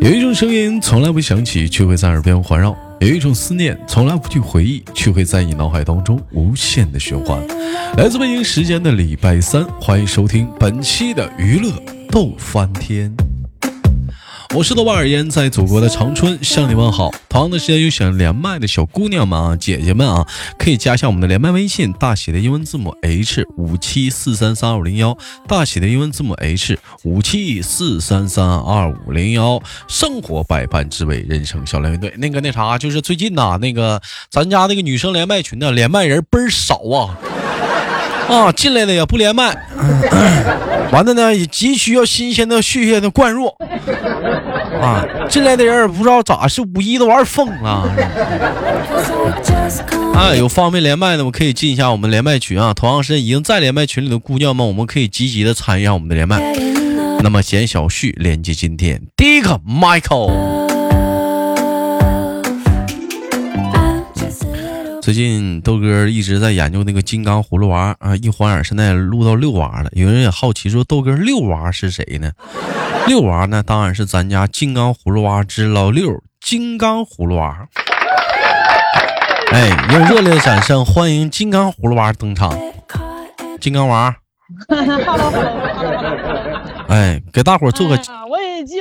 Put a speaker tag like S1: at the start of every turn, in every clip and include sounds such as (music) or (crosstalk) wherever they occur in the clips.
S1: 有一种声音从来不响起，却会在耳边环绕；有一种思念从来不去回忆，却会在你脑海当中无限的循环。来自北京时间的礼拜三，欢迎收听本期的娱乐逗翻天。我是豆瓣儿烟，在祖国的长春向你问好。同样的时间，有想连麦的小姑娘们啊、姐姐们啊，可以加一下我们的连麦微信，大写的英文字母 H 五七四三三二五零幺，大写的英文字母 H 五七四三三二五零幺。生活百般滋味，人生笑来面对。那个那啥，就是最近呐、那个咱家那个女生连麦群呢，连麦人倍儿少啊。啊，进来的也不连麦， (coughs) 完了呢，也急需要新鲜的血液的灌入，啊，进来的人也不知道咋是五一都玩疯了。啊，有方便连麦的，我可以进一下我们连麦群啊。同样是已经在连麦群里的姑娘们，我们可以积极的参与一下我们的连麦。那么闲小旭连接今天第一个 Michael，最近豆哥一直在研究那个金刚葫芦娃啊，一晃眼现在录到六娃了。有人也好奇说豆哥六娃是谁呢？ (laughs) 六娃呢，当然是咱家金刚葫芦娃之老六，金刚葫芦娃。哎，用热烈的掌声欢迎金刚葫芦娃登场。金刚娃，
S2: (laughs)
S1: 哎，给大伙儿 (laughs) 做个
S2: 哎呀我已经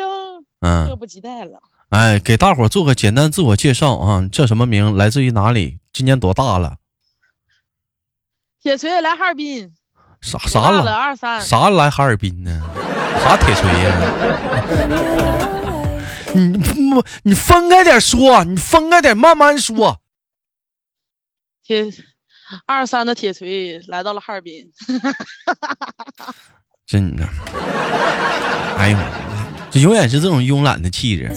S2: 迫
S1: 嗯，
S2: 不及待了。
S1: 哎，给大伙儿做个简单自我介绍啊，叫什么名？来自于哪里？今年多大了？
S2: 铁锤来哈尔滨，
S1: 啥
S2: 多
S1: 啥
S2: 大了
S1: 了？
S2: 二三，
S1: 啥来哈尔滨呢？啥铁锤呀、你你你分开点说，你分开点慢慢说。
S2: 铁二三的铁锤来到了哈尔滨。
S1: 真的，哎呦，这永远是这种慵懒的气质。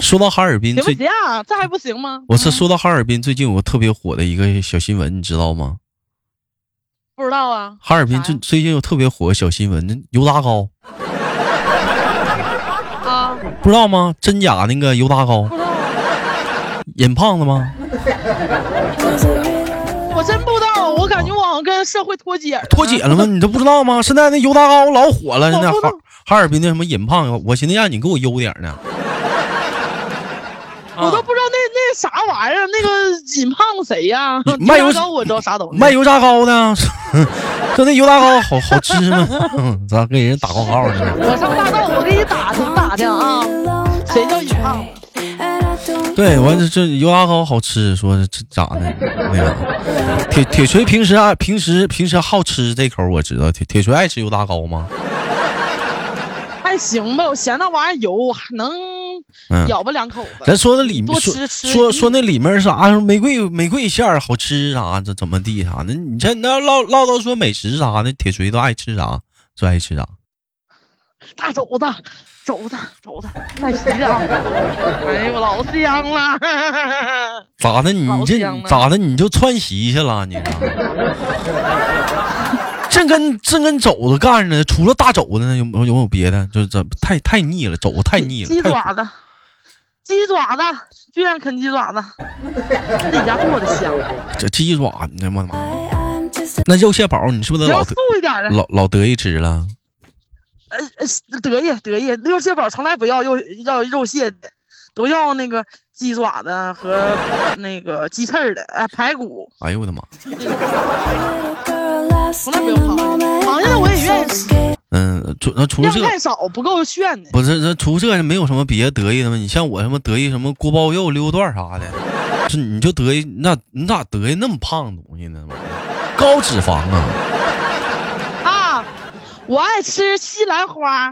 S1: 说到哈尔滨
S2: 行不
S1: 最，
S2: 行啊？这还不行吗？
S1: 我是说到哈尔滨最近有个特别火的一个小新闻，你知道吗？
S2: 不知道啊。
S1: 哈尔滨最
S2: 啥呀
S1: 最近有特别火的小新闻，那油炸糕
S2: 啊，
S1: 不知道吗？真假那个油炸糕
S2: 不知道啊，
S1: 引胖子吗？
S2: 我真不知道。我感觉我好像跟社会脱节了。
S1: 脱节了吗？你都不知道吗？现在那油炸糕老火了，现在
S2: 我
S1: 哈
S2: 不知道
S1: 哈尔滨那什么引胖，我寻思让你给我悠点儿呢。
S2: 我都不知道那那啥玩意儿，那个引胖子谁呀、
S1: 卖油
S2: 油糕我知道啥东西。
S1: 卖油炸糕呢？ (laughs) 说那油炸糕好好吃吗？ (laughs) 咱给人打广告呢。
S2: 我上大道，我给你打听打听啊。
S1: 嗯
S2: 谁叫引胖子？
S1: 对，完这这油炸糕好吃，说这咋的？那个铁铁锤平时爱平时平时好吃这口我知道，铁铁锤爱吃油炸糕吗？
S2: 还哎行吧，我嫌那玩意儿油，还能
S1: 嗯，
S2: 咬吧两口子。
S1: 咱说那里面
S2: 多
S1: 说
S2: 吃吃嗯
S1: 说说那里面是啥？说玫瑰玫瑰馅儿好吃啥？这怎么地啥的？你这那唠唠叨说美食啥的，铁锤都爱吃啥？最爱吃啥？
S2: 大肘子，肘子，肘子，太皮了！哎呦，老香了！
S1: 咋的？你
S2: 老
S1: 这
S2: 香了啊
S1: 咋的？你就窜稀去了？你 (laughs) 这跟这跟肘子干呢？除了大肘子呢，有有有没有别的？就是这太太腻了，肘子太腻
S2: 鸡
S1: 了，太
S2: 爪子，鸡爪子，居然啃鸡爪子，自己家做的香。
S1: 这鸡爪，你他妈的妈！那肉蟹堡，你是不是
S2: 你
S1: 得
S2: 要
S1: 老
S2: 素
S1: 得
S2: 一点的，
S1: 老老得意吃了？
S2: 呃呃，得意得意，肉蟹堡从来不要肉要肉蟹的，都要那个鸡爪子和那个鸡翅儿的，哎，排骨。
S1: 哎呦我的妈！
S2: 从来不用螃蟹，螃蟹的我也愿意吃，
S1: 嗯，除那除了
S2: 量
S1: 这个。
S2: 太少不够炫的。
S1: 不是，这除这没有什么别的得意的吗？你像我什么得意什么锅包肉、溜段啥的，这你就得意那你咋得意那么胖的东西呢？高脂肪啊！ (laughs)
S2: 啊，我爱吃西兰花，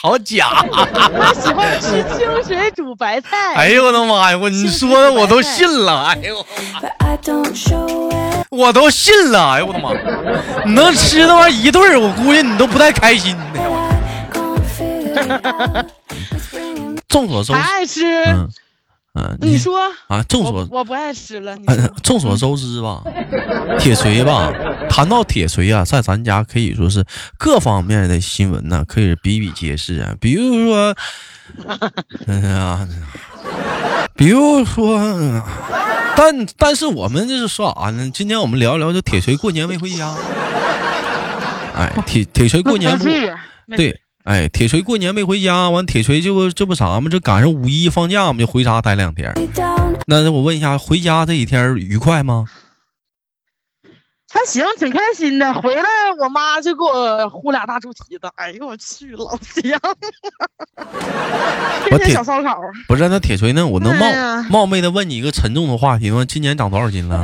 S1: 好假！
S2: (laughs) 我喜欢吃清水煮白 (laughs) 菜。
S1: 哎呦我的妈呀！我你说的我都信了，哎呦我都信了，哎呦我的妈！你能吃那玩意儿一顿儿，我估计你都不带开心
S2: (laughs)
S1: 的。众所周
S2: 还
S1: 知，
S2: 爱吃，
S1: 嗯嗯，
S2: 你说
S1: 啊，众所
S2: 我我不爱吃了，你
S1: 呃
S2: 说
S1: (laughs) 众所周知吧，铁锤吧，谈到铁锤啊，在咱家可以说是各方面的新闻呢、可以比比皆是啊。比如说，嗯、啊，比如说，嗯但但是我们这是说啥呢？今天我们聊一聊，就铁锤过年没回家。哎，铁铁锤过年不
S2: 没事儿没事儿
S1: 对哎，铁锤过年没回家，完铁锤这不这不啥吗？这赶上五一放假，我们就回家待两天。那我问一下，回家这几天愉快吗？
S2: 还行，挺开心的。回来我妈就给我呼俩大猪蹄子，哎呦我去，老
S1: (laughs)
S2: 香！
S1: 我
S2: 天天
S1: 铁
S2: 小烧烤，啊
S1: 不是，那铁锤呢？我能冒、
S2: 哎呀
S1: 冒昧的问你一个沉重的话题吗？今年长多少斤了？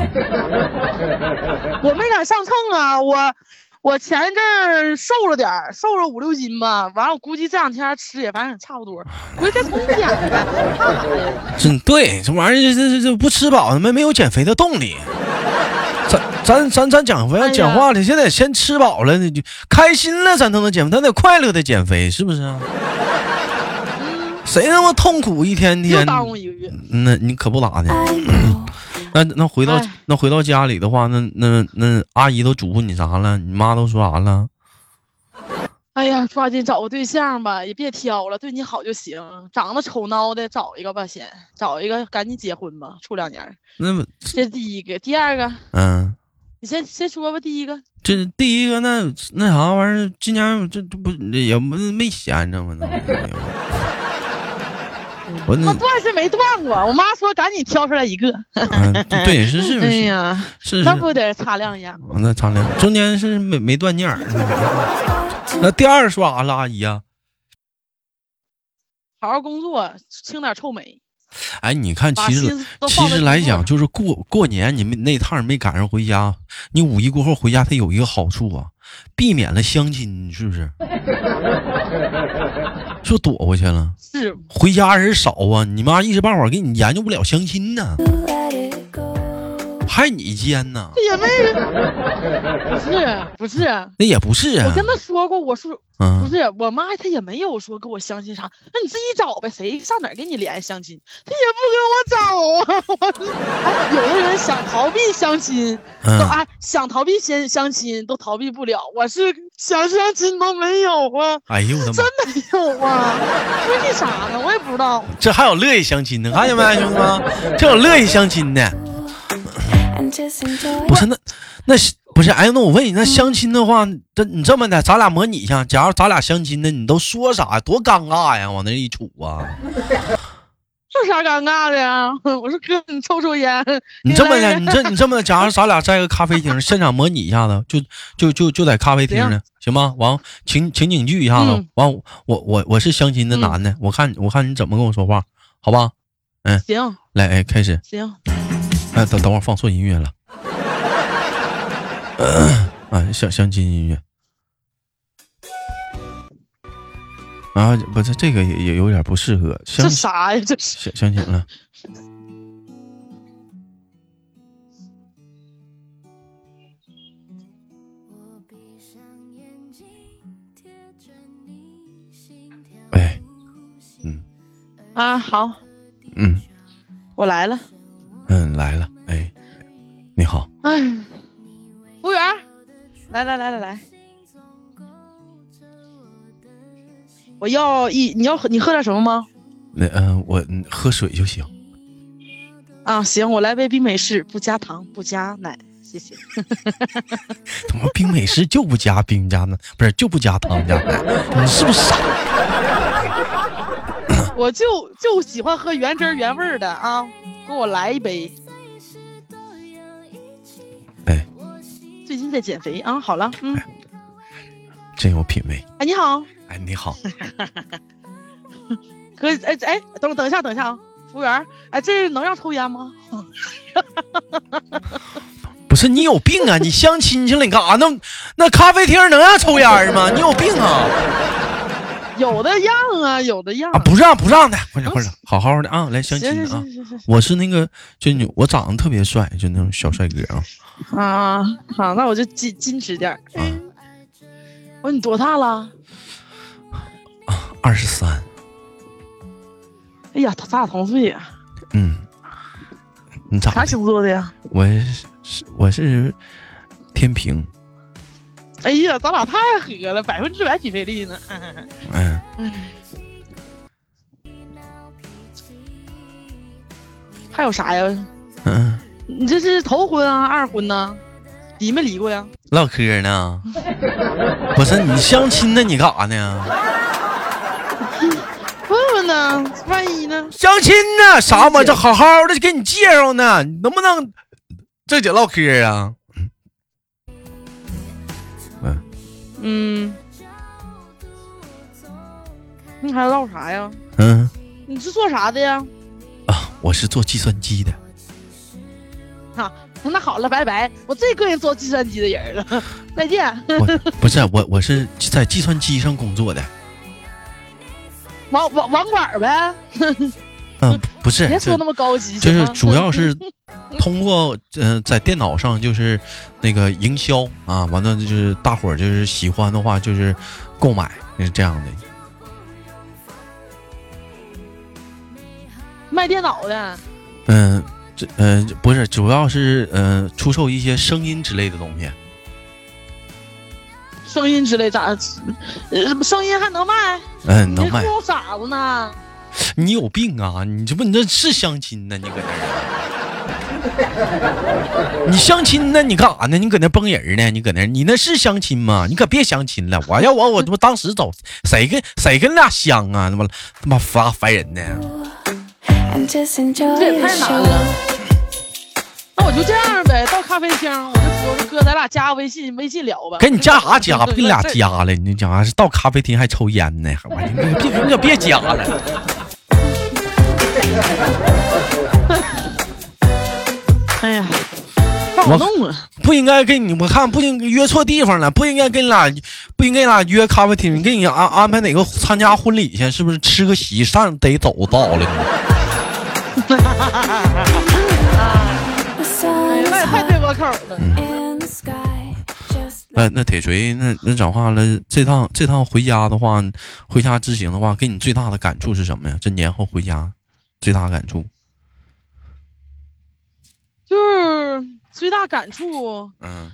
S2: 我没敢上秤啊，我我前一阵儿瘦了点儿，瘦了五六斤吧。完了，我估计这两天吃也反正差不多，估计该重减了。
S1: 真对，这玩意儿这这这不吃饱，他妈没有减肥的动力。咱咱咱咱讲
S2: 哎
S1: 话
S2: 呀
S1: 讲话的，现在先吃饱了，你就开心了，咱都能减肥，咱得快乐的减肥，是不是啊？谁他妈痛苦 (laughs) 一天
S2: 嗯又
S1: 天？
S2: 耽误一个月。
S1: 那你可不咋的。那那回到
S2: 哎
S1: 那回到家里的话，那那那阿姨都嘱咐你啥了？你妈都说啥了？
S2: 哎呀，抓紧找个对象吧，也别挑了，对你好就行。长得丑孬的找一个吧，先找一个，赶紧结婚吧，处两年儿。
S1: 那么
S2: 这是第一个，第二个，
S1: 嗯，
S2: 你先先说吧。第一个，
S1: 这第一个那那啥玩意儿，今年这这不也没没闲着吗？那不是
S2: (laughs)
S1: 我那
S2: 我啊断是没断过，我妈说赶紧挑出来一个。
S1: 嗯，对，是是嗯
S2: 哎
S1: 是
S2: 呀，
S1: 是是
S2: 那，不得擦亮一下？
S1: 我那苍凉中间是没没断念儿。
S2: (laughs)
S1: 那第二说啥了，阿姨啊呀、
S2: 好好工作，清点臭美，
S1: 哎，你看，
S2: 把
S1: 其
S2: 心
S1: 实
S2: 思都
S1: 其
S2: 放在
S1: 实
S2: 工
S1: 来
S2: 作
S1: 讲，
S2: 上
S1: 就是过过年你们那趟儿没赶上回家，你五一过后回家，它有一个好处啊，避免了相亲，是不
S2: (laughs)
S1: 是？说躲过去了，
S2: 是 (laughs)
S1: 回家人少啊，你妈一时半会儿给你研究不了相亲呢，害你奸呢？
S2: 这也没人，不
S1: 哎
S2: 是不是，
S1: 那也不是啊
S2: 我，跟她说过，我说不
S1: 嗯，
S2: 是我妈，她也没有说跟我相亲啥，那你自己找呗，谁上哪儿给你联系相亲？她也不跟我找啊， (laughs) 我哎，有的人想逃避相亲，都
S1: 嗯，
S2: 哎想逃避先相亲都逃避不了，我是想相亲都没有啊，
S1: 哎呦我的妈
S2: 真！没有啊， (laughs) 为啥呢？我也不知道。
S1: 这还有乐意相亲的，哎看见没，兄弟们？这有乐意相亲的，不是那那是不是？哎，那我问你，那相亲的话，这你这么的，咱俩模拟一下，假如咱俩相亲的，你都说啥呀？多尴尬呀，往那一杵啊！
S2: 有啥尴尬的呀？ (laughs) 我说哥，你抽抽烟。 (laughs)
S1: 你这么的，
S2: 来
S1: 你这你这么的，假如咱俩在一个咖啡厅，现场模拟一下子，就就就就在咖啡厅
S2: 怎
S1: 呢，行吗？完情情景剧一下子
S2: 嗯，
S1: 完我我我是相亲的
S2: 嗯
S1: 男的，我看我看你怎么跟我说话，好吧？
S2: 行
S1: 来，哎，开始。
S2: 行，
S1: 哎，等等会儿放错音乐了。 (coughs) 啊，相相亲音乐。啊，不是这个也也有点不适合相
S2: 这
S1: 亲
S2: 啥呀？这是
S1: 相相亲了。
S3: 我闭上眼睛，贴着你心跳。
S1: 哎，嗯
S2: 啊，好，
S1: 嗯
S2: 我来了。
S1: 嗯，来了。哎，你好，
S2: 哎，服务员儿，来来来来来，我要一，你要喝你喝点什么吗？
S1: 那嗯、呃我嗯喝水就行。
S2: 啊，行，我来杯冰美式，不加糖，不加奶，谢谢。
S1: 他妈冰美式就不加冰加呢，不是就不加糖加奶，你是不是傻？
S2: 我就就喜欢喝原汁儿原味儿的啊，给我来一杯。
S1: 哎，
S2: 最近在减肥啊，好了，嗯，
S1: 真有品味。
S2: 哎，你好，
S1: 哎，你好，
S2: 可以，哎哎，等等一下，等一下啊，服务员儿，哎，这能让抽烟吗？
S1: 不是你有病啊？你相亲去了？你干啥？那那咖啡厅能让抽烟儿吗？你有病啊？
S2: 有的样啊，有的样。
S1: 啊，不让不让的，快点快点，好好的啊，来相
S2: 行
S1: 亲
S2: 行
S1: 的啊！
S2: 行行行
S1: 我是那个，就你，我长得特别帅，就那种小帅哥啊
S2: 行啊，好，那我就矜矜持点儿。
S1: 啊，
S2: 我说你多大了？
S1: 啊二十三，
S2: 哎呀，咱俩同岁呀，
S1: 嗯，你咋
S2: 啥
S1: 的？
S2: 星座的呀？
S1: 我是我是天平，
S2: 哎呀，咱俩太合了，百分之百匹配率呢。嗯
S1: 嗯，
S2: 还有啥呀？
S1: 嗯，
S2: 你这是头婚啊，二婚呢？离没离过呀？
S1: 唠嗑呢？不是你相亲呢？你干啥呢？
S2: 呢？万一呢？
S1: 相亲呢？啥嘛？
S2: 理解
S1: 这好好的给你介绍呢，你能不能正经唠嗑啊？
S2: 嗯，你还唠啥呀？
S1: 嗯
S2: 你是做啥的呀？
S1: 啊，我是做计算机的。
S2: 啊，那好了，拜拜，我最膈应做计算机的人了，再见。 (laughs)
S1: 我 (laughs) 不是我，我是在计算机上工作的。
S2: 网网网管呗，
S1: 嗯，不是，
S2: 别说
S1: 这
S2: 那么高级，
S1: 就是
S2: 行吗
S1: 主要是通过嗯、呃在电脑上就是那个营销啊，完了就是大伙儿就是喜欢的话就是购买是这样的。
S2: (laughs) 卖电脑的。
S1: 嗯，这呃不是，主要是呃出售一些声音之类的东西。
S2: 声音之类咋？呃，声音还能卖？
S1: 嗯，
S2: 你
S1: 能卖
S2: 这。哭傻子呢？
S1: 你有病啊！你这不你这是相亲呢？你搁那儿？啊 (laughs) 你相亲呢？你干啥呢？你搁那崩人呢？你搁那儿？你那是相亲吗？你可别相亲了！我要我我他妈当时走，谁跟谁跟俩相啊？他妈他妈发烦人呢！
S2: 这也太难了。那我就这样呗，到咖啡厅，我就说我说哥，咱俩加个微信，微信聊吧。
S1: 跟你加啥
S2: (laughs)
S1: 加？不跟你俩加了？你讲啥是到咖啡厅还抽烟呢？还完你可别你可别加了！
S2: 哎呀，不好弄啊！
S1: 不应该跟你，我看不应约错地方了，不应该跟你俩，不应该你俩约咖啡厅，给你安安排哪个参加婚礼去？是不是吃个席上得走到了？
S2: 哎呀那也太对我口了。
S1: 那那铁锤，那那讲话了，这趟这趟回家的话，回家之行的话，给你最大的感触是什么呀？这年后回家，最大感触，
S2: 就是最大感触，
S1: 嗯，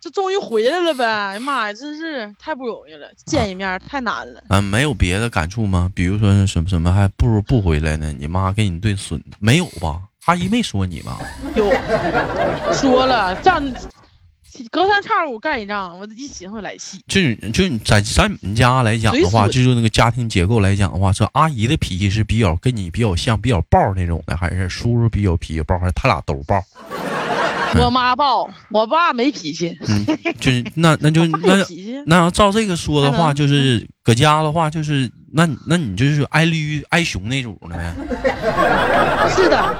S2: 这终于回来了呗！哎呀妈呀，真是太不容易了，见一面儿太难了。
S1: 啊，没有别的感触吗？比如说什么什么，还不如不回来呢？你妈给你顿损，没有吧？阿姨没说你吧？
S2: 有说了，站隔三差五干一仗，我一寻思来气。
S1: 就是就是你在在你们家来讲的话，
S2: 随
S1: 就是那个家庭结构来讲的话，这阿姨的脾气是比较跟你比较像，比较暴那种的，还是叔叔比较脾气暴，还是他俩都暴？
S2: 我妈暴，我爸没脾气，
S1: 嗯，就是那嗯那
S2: (laughs)
S1: 就
S2: 我爸有
S1: 那
S2: 脾气。
S1: 那要照这个说的
S2: 还
S1: 话，
S2: 能
S1: 就是搁家的话，就是那你那你就是挨驴挨熊那种的呗。
S2: 是的，啊，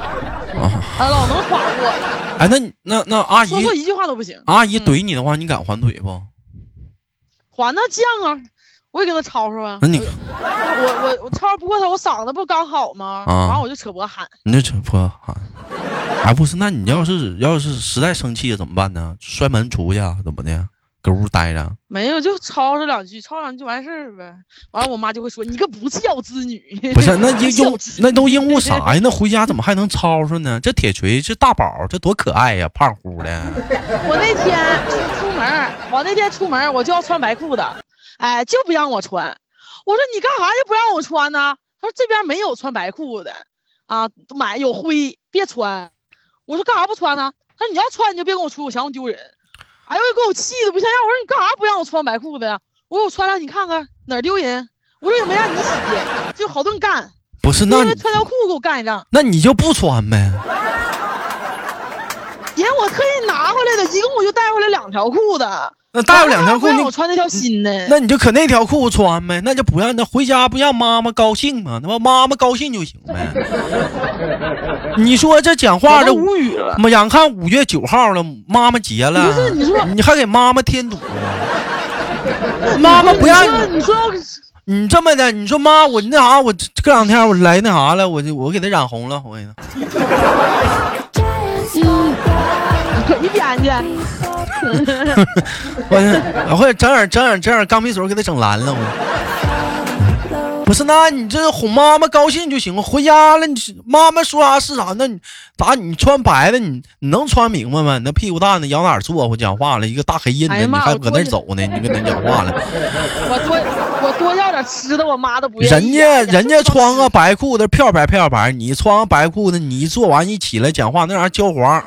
S2: 老能耍我，
S1: 哎，那哦你啊那那阿姨
S2: 说错一句话都不行。
S1: 阿姨
S2: 嗯
S1: 怼你的话，你敢还怼不？
S2: 还那犟啊，我也给他吵吵啊。
S1: 那你
S2: 我我我吵不过他，我嗓子不刚好吗？
S1: 啊
S2: 完我就扯脖喊，
S1: 你这扯破喊，哎不是？那你要是要是实在生气了怎么办呢？摔门出去啊？怎么的？搁屋待着？啊
S2: 没有就吵吵两句，吵两句就完事儿呗。完了我妈就会说你个不孝之女。 (laughs)
S1: 不是，那因
S2: 孝
S1: 因
S2: 之
S1: 那都因为啥呀？那回家怎么还能吵吵呢？这铁锤，这大宝，这多可爱呀、胖乎的。
S2: 我那天出出门儿，我那天出门儿我就要穿白裤的，哎，就不让我穿。我说你干啥就不让我穿呢？他说这边没有穿白裤的，啊，买有灰别穿。我说干啥不穿呢？他说你要穿你就别跟我出，我嫌我丢人。哎呦，给我气的不像样！我说你干啥不让我穿白裤子呀？我说我穿了你看看哪儿丢人？我说也没让你洗，就好顿干，
S1: 不是，
S2: 因
S1: 那
S2: 为
S1: 你
S2: 穿条裤给我干一仗，
S1: 那你就不穿呗？
S2: 人我特意拿回来的，一共我就带回来两条裤子。
S1: 那带有两条裤，
S2: 哎我说干啥不让我
S1: 你
S2: 穿那条新的。
S1: 那你就可那条裤子穿呗，那就不让那回家不让妈妈高兴吗？那不妈妈高兴就行
S2: (laughs)
S1: 呗。你说这讲话
S2: 我
S1: 这
S2: 都无语了。
S1: 妈眼看五月九号了，妈妈节了，
S2: 不是你说
S1: 还给妈妈添堵啊？妈妈不让你。
S2: 哎你说，你说
S1: 你这么的，你说妈，我那啥，我这这两天我来那啥了，我就我给他染红了，我给他
S2: 你啊可一编去，
S1: (laughs) 我或者整点整点整点钢笔水，我给他整蓝了，我。不是，那你这哄妈妈高兴就行了。回家了，你是妈妈说啥是啥。那你咋你穿白的，你你能穿明白吗？你那屁股蛋子摇哪儿坐？我讲话了，一个大黑印子，
S2: 哎呀
S1: 你
S2: 妈
S1: 还
S2: 我
S1: 搁那儿
S2: 多
S1: 走
S2: (laughs)
S1: 呢？你跟人讲话了。
S2: 我多我多要点吃的，我妈都不愿
S1: 人
S2: 意。哎
S1: 家人家穿啊个白裤子漂白漂白，你穿个白裤子，你一坐完一起来讲话那玩意儿焦黄。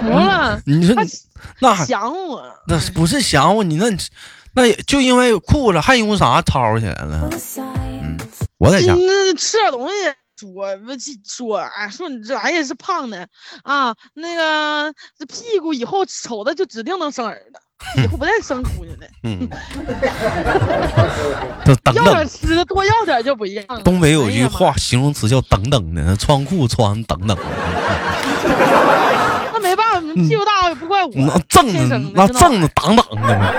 S2: 服了，
S1: 你说嗯
S2: 他
S1: 你那还
S2: 想我。
S1: 那是不是想我你那，那也就因为裤子还因为啥吵起来了？我在家，
S2: 那吃点东西说不是说哎说你这玩意儿是胖的啊，那个这屁股以后瞅着就指定能生儿子，以后不带生出去
S1: (laughs)
S2: 的。
S1: 嗯，等等
S2: 要
S1: 等
S2: 点，吃的多要点就不一样了。
S1: 东北有
S2: 哎
S1: 句
S2: 呀妈
S1: 话，形容词叫“等等”的，穿裤穿等等，
S2: 那没办法，屁股大也不怪我，
S1: 嗯那正的
S2: 天生的
S1: 那
S2: 真的
S1: 正的挡挡的嘛。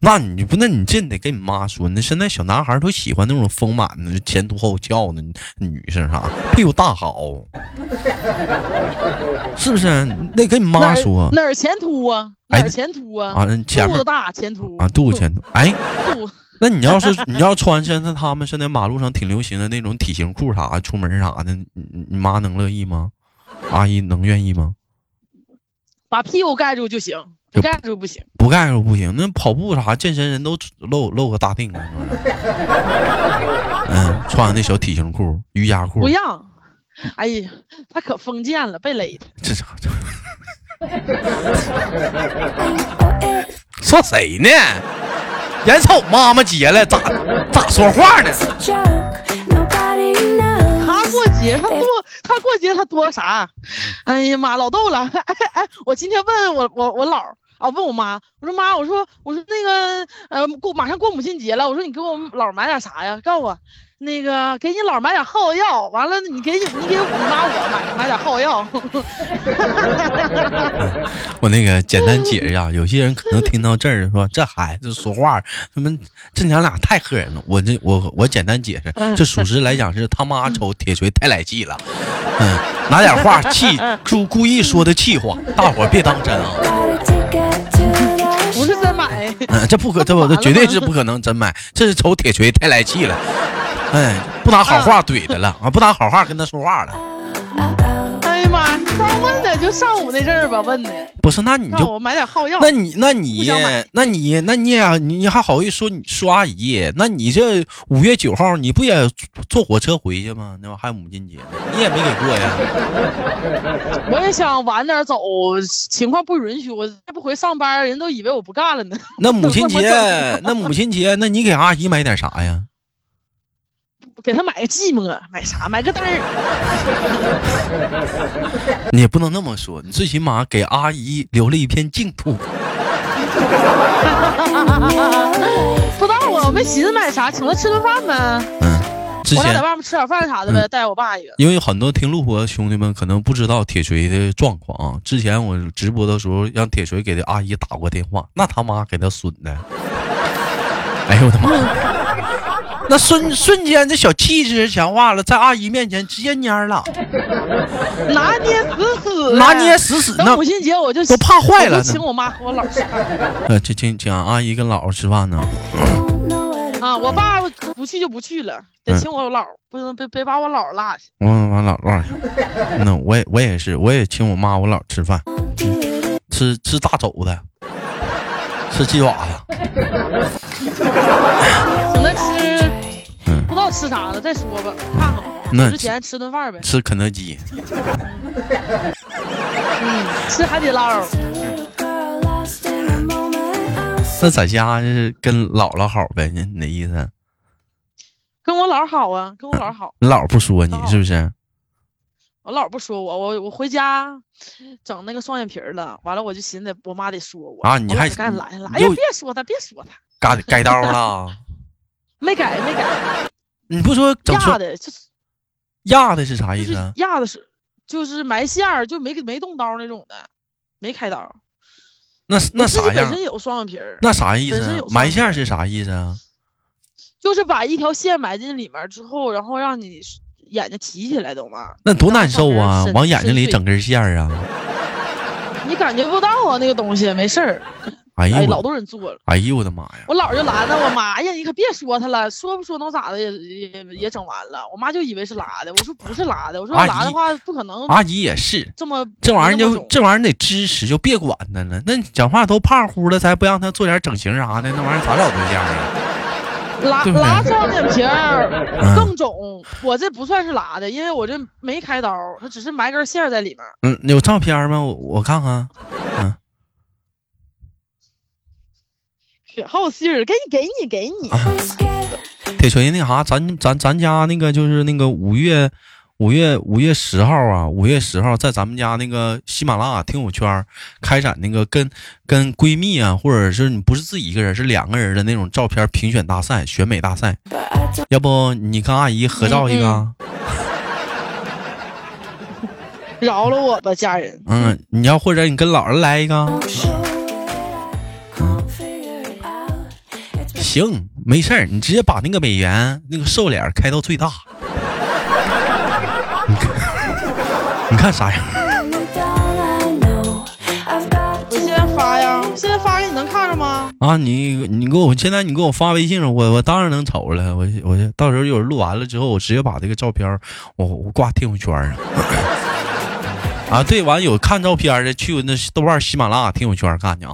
S1: 那你不，那你这你得跟你妈说，那现在小男孩都喜欢那种丰满的、前凸后翘的女生啥，屁股大好，是不是？你得跟你
S2: 哪
S1: 妈
S2: 儿
S1: 说
S2: 哪儿前凸啊，
S1: 哎
S2: 哪儿前凸啊，
S1: 啊，那前
S2: 肚
S1: 面
S2: 子大前凸
S1: 啊，肚子前凸，哎。
S2: 肚
S1: 那你要是你要穿现在他们现在马路上挺流行的那种体型裤啥，出门啥的，你你你妈能乐意吗？阿姨能愿意吗？
S2: 把屁股盖住就行，不盖住不行。
S1: 不盖着不行，那跑步啥健身人都露露个大腚啊，是不是嗯，穿那小体型裤、瑜伽裤
S2: 不，让。哎呀，他可封建了，被勒的。
S1: 这啥这？说谁呢？眼瞅妈妈接了，咋咋说话呢？
S2: 他过节，他过他过节，他多啥？哎呀妈，老逗了。 (laughs) 哎哎，我今天问我我我姥儿啊，问我妈，我说妈，我说我说那个呃过马上过母亲节了，我说你给我姥儿买点啥呀？告诉我，那个给你姥儿买点耗药，完了你给你你给我妈我买买点耗药。 (laughs)
S1: 我那个简单解释啊，有些人可能听到这儿说这孩子说话，他们这娘俩太吓人了。我这我我简单解释，这属实来讲是他妈瞅铁锤太来气了，嗯，拿点话气故故意说的气话，大伙儿别当真啊。
S2: (laughs) 不是真买，
S1: 嗯，这不可，这不这绝对是不可能真买，这是瞅铁锤太来气了，哎，不拿好话怼他了啊，不拿好话跟他说话了。
S2: 哎呀妈，刚问的就上午那阵儿吧，问的
S1: 不是，那你
S2: 让
S1: 就
S2: 我买点耗药。
S1: 那你那你
S2: 不想买
S1: 那你那你也你还好意思说你说阿姨？那你这五月九号你不也坐火车回去吗？那玩意儿还母亲节，你也没给过
S2: (laughs)
S1: 呀？
S2: 我也想晚点走，情况不允许。我这不回上班，人都以为我不干了呢。 (laughs)
S1: 那母亲
S2: 我
S1: 节
S2: (laughs) 整，
S1: 那母亲节，那你给阿姨买点啥呀？
S2: 给他买个寂寞，买啥？买个单儿。
S1: 你也不能那么说，你最起码给阿姨留了一片净土。
S2: 不知道啊，我没寻思买啥，请他吃顿饭呗。
S1: 嗯，之
S2: 我俩在
S1: 前嗯
S2: 外面吃点饭啥的呗，带我爸一个。
S1: 因为很多听录播的兄弟们可能不知道铁锤的状况啊，之前我直播的时候让铁锤给他阿姨打过电话，那他妈给他损 (laughs) 的，哎呦我的妈！那瞬瞬间这小气质强化了，在阿姨面前直接蔫儿了，
S2: 拿捏死死的，
S1: 拿捏死死
S2: 等
S1: 那
S2: 母。亲节我就
S1: 都怕坏了呢
S2: 我就请我妈和我姥儿吃
S1: 呃，这请请阿姨跟姥姥吃饭呢， (laughs)
S2: 啊，我爸不去就不去了，得
S1: 嗯
S2: 请我姥儿，不能别别把我姥儿落下。
S1: 我我姥姥去。那我也我也是，我也请我妈我姥儿吃饭，吃吃大肘子，吃鸡爪子。
S2: 请他吃，
S1: 嗯
S2: 不知道吃啥呢，再说吧，看看吧。
S1: 那
S2: 之前吃顿饭呗，
S1: 吃肯德基，
S2: 吃海底捞。
S1: 那在家就是跟姥姥好呗？你你的意思？
S2: 跟我姥儿好啊，跟我姥儿好。
S1: 你姥不说你
S2: 哦
S1: 是不是？
S2: 我姥儿不说我，我我回家整那个双眼皮儿了，完了我就寻思我妈得说我
S1: 啊你
S2: 我
S1: 还
S2: 姥儿赶紧拦下来，哎
S1: 你
S2: 呀
S1: 又
S2: 别说他，别说他，
S1: 改
S2: (laughs)
S1: 改刀了？
S2: 没改没改，
S1: 你不说整
S2: 压
S1: 说
S2: 的就是
S1: 压的是啥
S2: 就
S1: 意思
S2: 是
S1: 啊？
S2: 压的是就是埋线儿，就没没动刀那种的，没开刀。
S1: 那那
S2: 自己
S1: 啥
S2: 本
S1: 样
S2: 身？有双眼皮儿，
S1: 那啥意思
S2: 本身
S1: 啊
S2: 有？伤
S1: 埋线是啥意思啊？
S2: 就是把一条线埋进里面儿之后，然后让你眼睛提起来，懂吗？
S1: 那多难受
S2: 让
S1: 啊
S2: 它上！
S1: 往眼睛里
S2: 深邃
S1: 整根线儿啊！
S2: 你感觉不到啊，那个东西没事儿。
S1: 哎
S2: 哎，
S1: 呦
S2: 老
S1: 我，
S2: 多人做了，
S1: 哎呦我的妈呀！
S2: 我姥儿就拦着我妈哎呀，你可别说他了，说不说能咋的也也也整完了。我妈就以为是拉的，我说不是拉的，我说
S1: 阿
S2: 拉的
S1: 姨
S2: 话不可能
S1: 阿姨也是，
S2: 这么
S1: 啊这玩意儿
S2: 那么
S1: 就
S2: 肿
S1: 这玩意儿你得支持，就别管他了。那你讲话都胖乎了，才不让他做点整形啥的，那玩意儿咋了对象啊？嗯
S2: 拉
S3: 对不对
S2: 拉双眼皮儿更肿，我这不算是拉的，因为我这没开刀，它只是埋根线儿在里面儿。
S1: 嗯，有照片吗？我我看看。
S2: 雪好信儿，给你给你给你，
S1: 啊铁锤那啥，咱咱咱家那个就是那个五月五月五月十号啊，五月十号在咱们家那个喜马拉雅听友圈儿开展那个跟跟闺蜜啊，或者是你不是自己一个人，是两个人的那种照片评选大赛、选美大赛。要不你跟阿姨合照一个啊？
S2: 饶了我吧，家人。
S1: 嗯你要或者你跟姥姥来一个啊，行，没事儿，你直接把那个美元那个瘦脸儿开到最大。 (laughs) 你看，你看啥样？
S2: 我现在发呀，现在发给你能看着吗？
S1: 啊，你你给我现在你给我发微信上，我我当然能瞅了。我我到时候一会儿录完了之后，我直接把这个照片儿我我挂朋友圈儿上。 (coughs) 啊，对，完有看照片儿的去那豆瓣儿、喜马拉雅、听友圈儿看去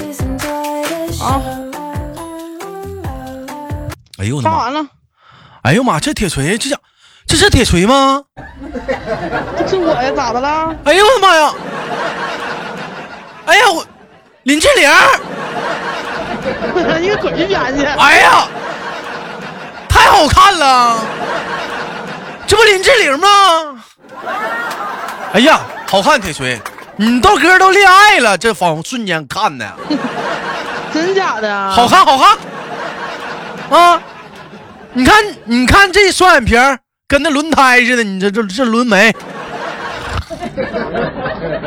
S1: 啊。哎呦我的
S2: 发
S1: 妈！
S2: 完了，
S1: 哎呦妈！这铁锤，这家这是铁锤吗？
S2: 这是我呀，咋的了？ (laughs)
S1: 哎呦我的妈呀！ (laughs) 哎呀我林志玲儿，
S2: 你个滚一边去！
S1: 哎呀，太好看了，这不林志玲吗？哎呀，好看铁锤，你豆哥都恋爱了，这仿瞬间看的，
S2: 真假的啊？
S1: 好看好看啊！你看你看这双眼皮儿跟那轮胎似的，你这这这轮眉，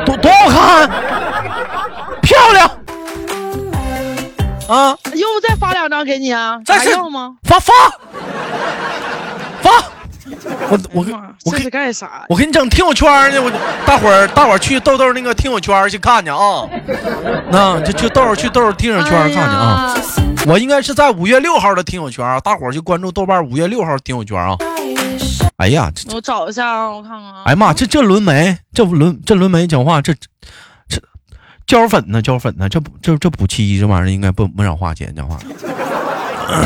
S1: 多多好看，啊漂亮啊！
S2: 要不再发两张给你啊？
S1: 再
S2: 还
S1: 是
S2: 要吗？
S1: 发发发！我我给
S2: 妈
S1: 我
S2: 嗯这是
S1: 给
S2: 干啥呀？
S1: 我给你整听友圈儿呢，我大伙儿大伙儿去豆豆那个听友圈儿去看去啊！那就去豆豆去豆豆听友圈儿看去啊！
S2: 哎呀！
S1: 我应该是在五月六号的听友圈啊，大伙儿去关注豆瓣五月六号听友圈啊！哎呀，这
S2: 我找一下啊，我看看啊。
S1: 哎呀妈，这这轮眉，这轮这轮眉讲话，这这胶粉呢，胶粉呢，这不这这补漆这玩意儿应该不不少花钱讲话。 (coughs)
S2: 啊，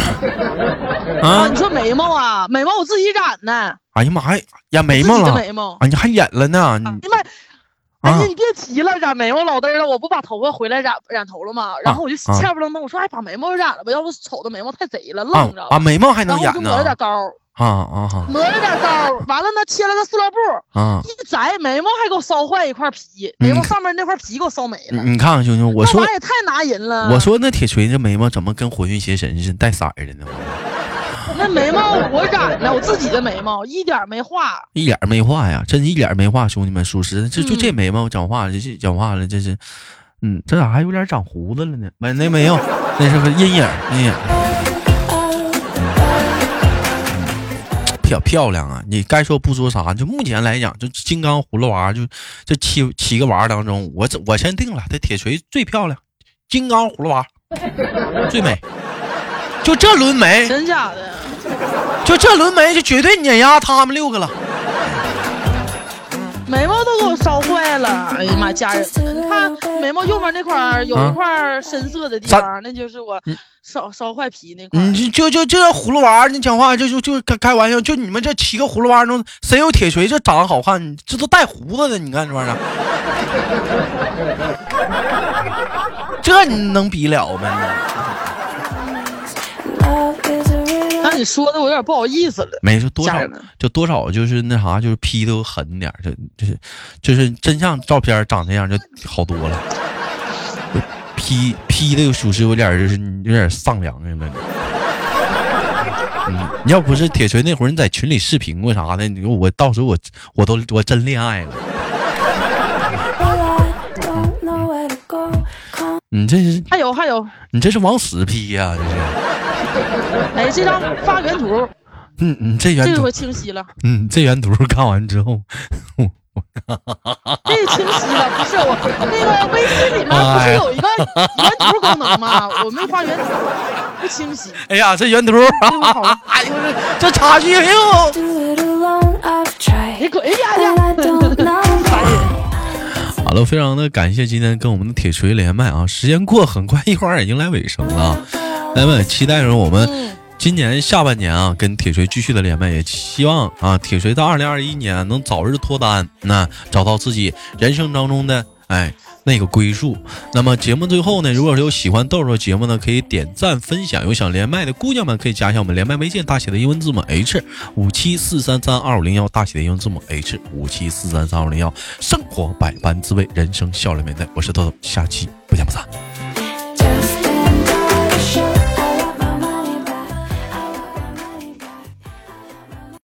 S1: 啊！
S2: 你说眉毛啊，眉毛我自己染的，
S1: 哎呀妈呀，染眉
S2: 自
S1: 毛
S2: 己的
S1: 了。
S2: 眉毛。
S1: 啊，你还演了呢？你
S2: 哎呀妈！哎
S1: 啊
S2: 呀，你别提了，染眉毛老嘚儿了，我不把头发回来染染头了吗？然后我就
S1: 啊
S2: 欠不愣登，我说哎，把眉毛染了吧，要不瞅着眉毛太贼了，
S1: 啊
S2: 愣着。
S1: 啊，眉毛还
S2: 然
S1: 能
S2: 后我就
S1: 演
S2: 抹了点
S1: 呢？
S2: 膏，
S1: 啊啊啊
S2: 抹了点膏，完了呢，切了个塑料布，
S1: 啊！
S2: 一摘眉毛还给我烧坏一块皮，眉毛上面那块皮给我烧没
S1: 你
S2: 了。
S1: 你看看兄弟，嗯我
S2: 那
S1: 说
S2: 玩意儿也太拿人了。
S1: 我说那铁锤这眉毛怎么跟火云邪神似的带色儿的呢？
S2: 那眉毛我染的，我自己的眉毛一点儿没画。
S1: 一脸没画呀，真一脸没画，兄弟们，属实，这就这
S2: 嗯
S1: 眉毛讲话，这这讲话了，这是，嗯，这咋还有点长胡子了呢？没那没有，那是个阴影，阴影。漂漂亮啊！你该说不说啥，就目前来讲，就金刚葫芦娃，就这七七个娃儿当中，我我先定了，这铁锤最漂亮，金刚葫芦娃最美，就这轮眉，
S2: 真假的？
S1: 就这轮眉就绝对碾压他们六个了。
S2: 眉毛都给我烧坏了，哎呀妈，家人，你看眉毛右边那块儿有
S1: 啊
S2: 一块儿深色的地
S1: 咱
S2: 方，那就是我烧烧坏皮那块儿。
S1: 你就就就这葫芦娃儿，你讲话就就就开开玩笑，就你们这七个葫芦娃儿中，谁有铁锤这长得好看？这都带胡子的，你看这玩意儿， (laughs) 这你能比了吗？
S2: 那你说的我有点不好意思了。
S1: 没事，多少
S2: 吓人了
S1: 就多少就是那啥，就是 P 都狠点儿，就就是就是真像照片儿长那样就好多了。P P 的属实有点儿就是有点儿丧良心了。嗯，要不是铁锤那会儿你在群里视频过啥的，你说我到时候我我都我真恋爱了。你这是
S2: 还有还有，
S1: 你这是往死 P 呀、这是。
S2: 哎，这张发原图，
S1: 嗯，你这原
S2: 这
S1: 图
S2: 回，清晰了，
S1: 嗯，这原图看完之后，
S2: 这清晰了。不是我那个微信里面不
S1: 哎
S2: 是有一个原图功能吗？我没发原图，不清晰。
S1: 哎呀，这原图，
S2: 这回好了，
S1: (laughs) 哎呦，这这差距，哎呦。
S2: 你滚一边去！
S1: 好了，非常的感谢今天跟我们的铁锤连麦啊，时间过很快，一会儿已经来尾声了啊。那么期待着我们
S2: 嗯
S1: 今年下半年啊，跟铁锤继续的连麦，也希望啊，铁锤在二零二一年能早日脱单，那找到自己人生当中的哎那个归宿。那么节目最后呢，如果有喜欢豆豆节目呢，可以点赞分享。有想连麦的姑娘们，可以加一下我们连麦微信，大写的英文字母 H 五七四三三二五零幺，大写的英文字母 H 五七四三三二五零幺。生活百般滋味，人生笑脸面对。我是豆豆，下期不见不散。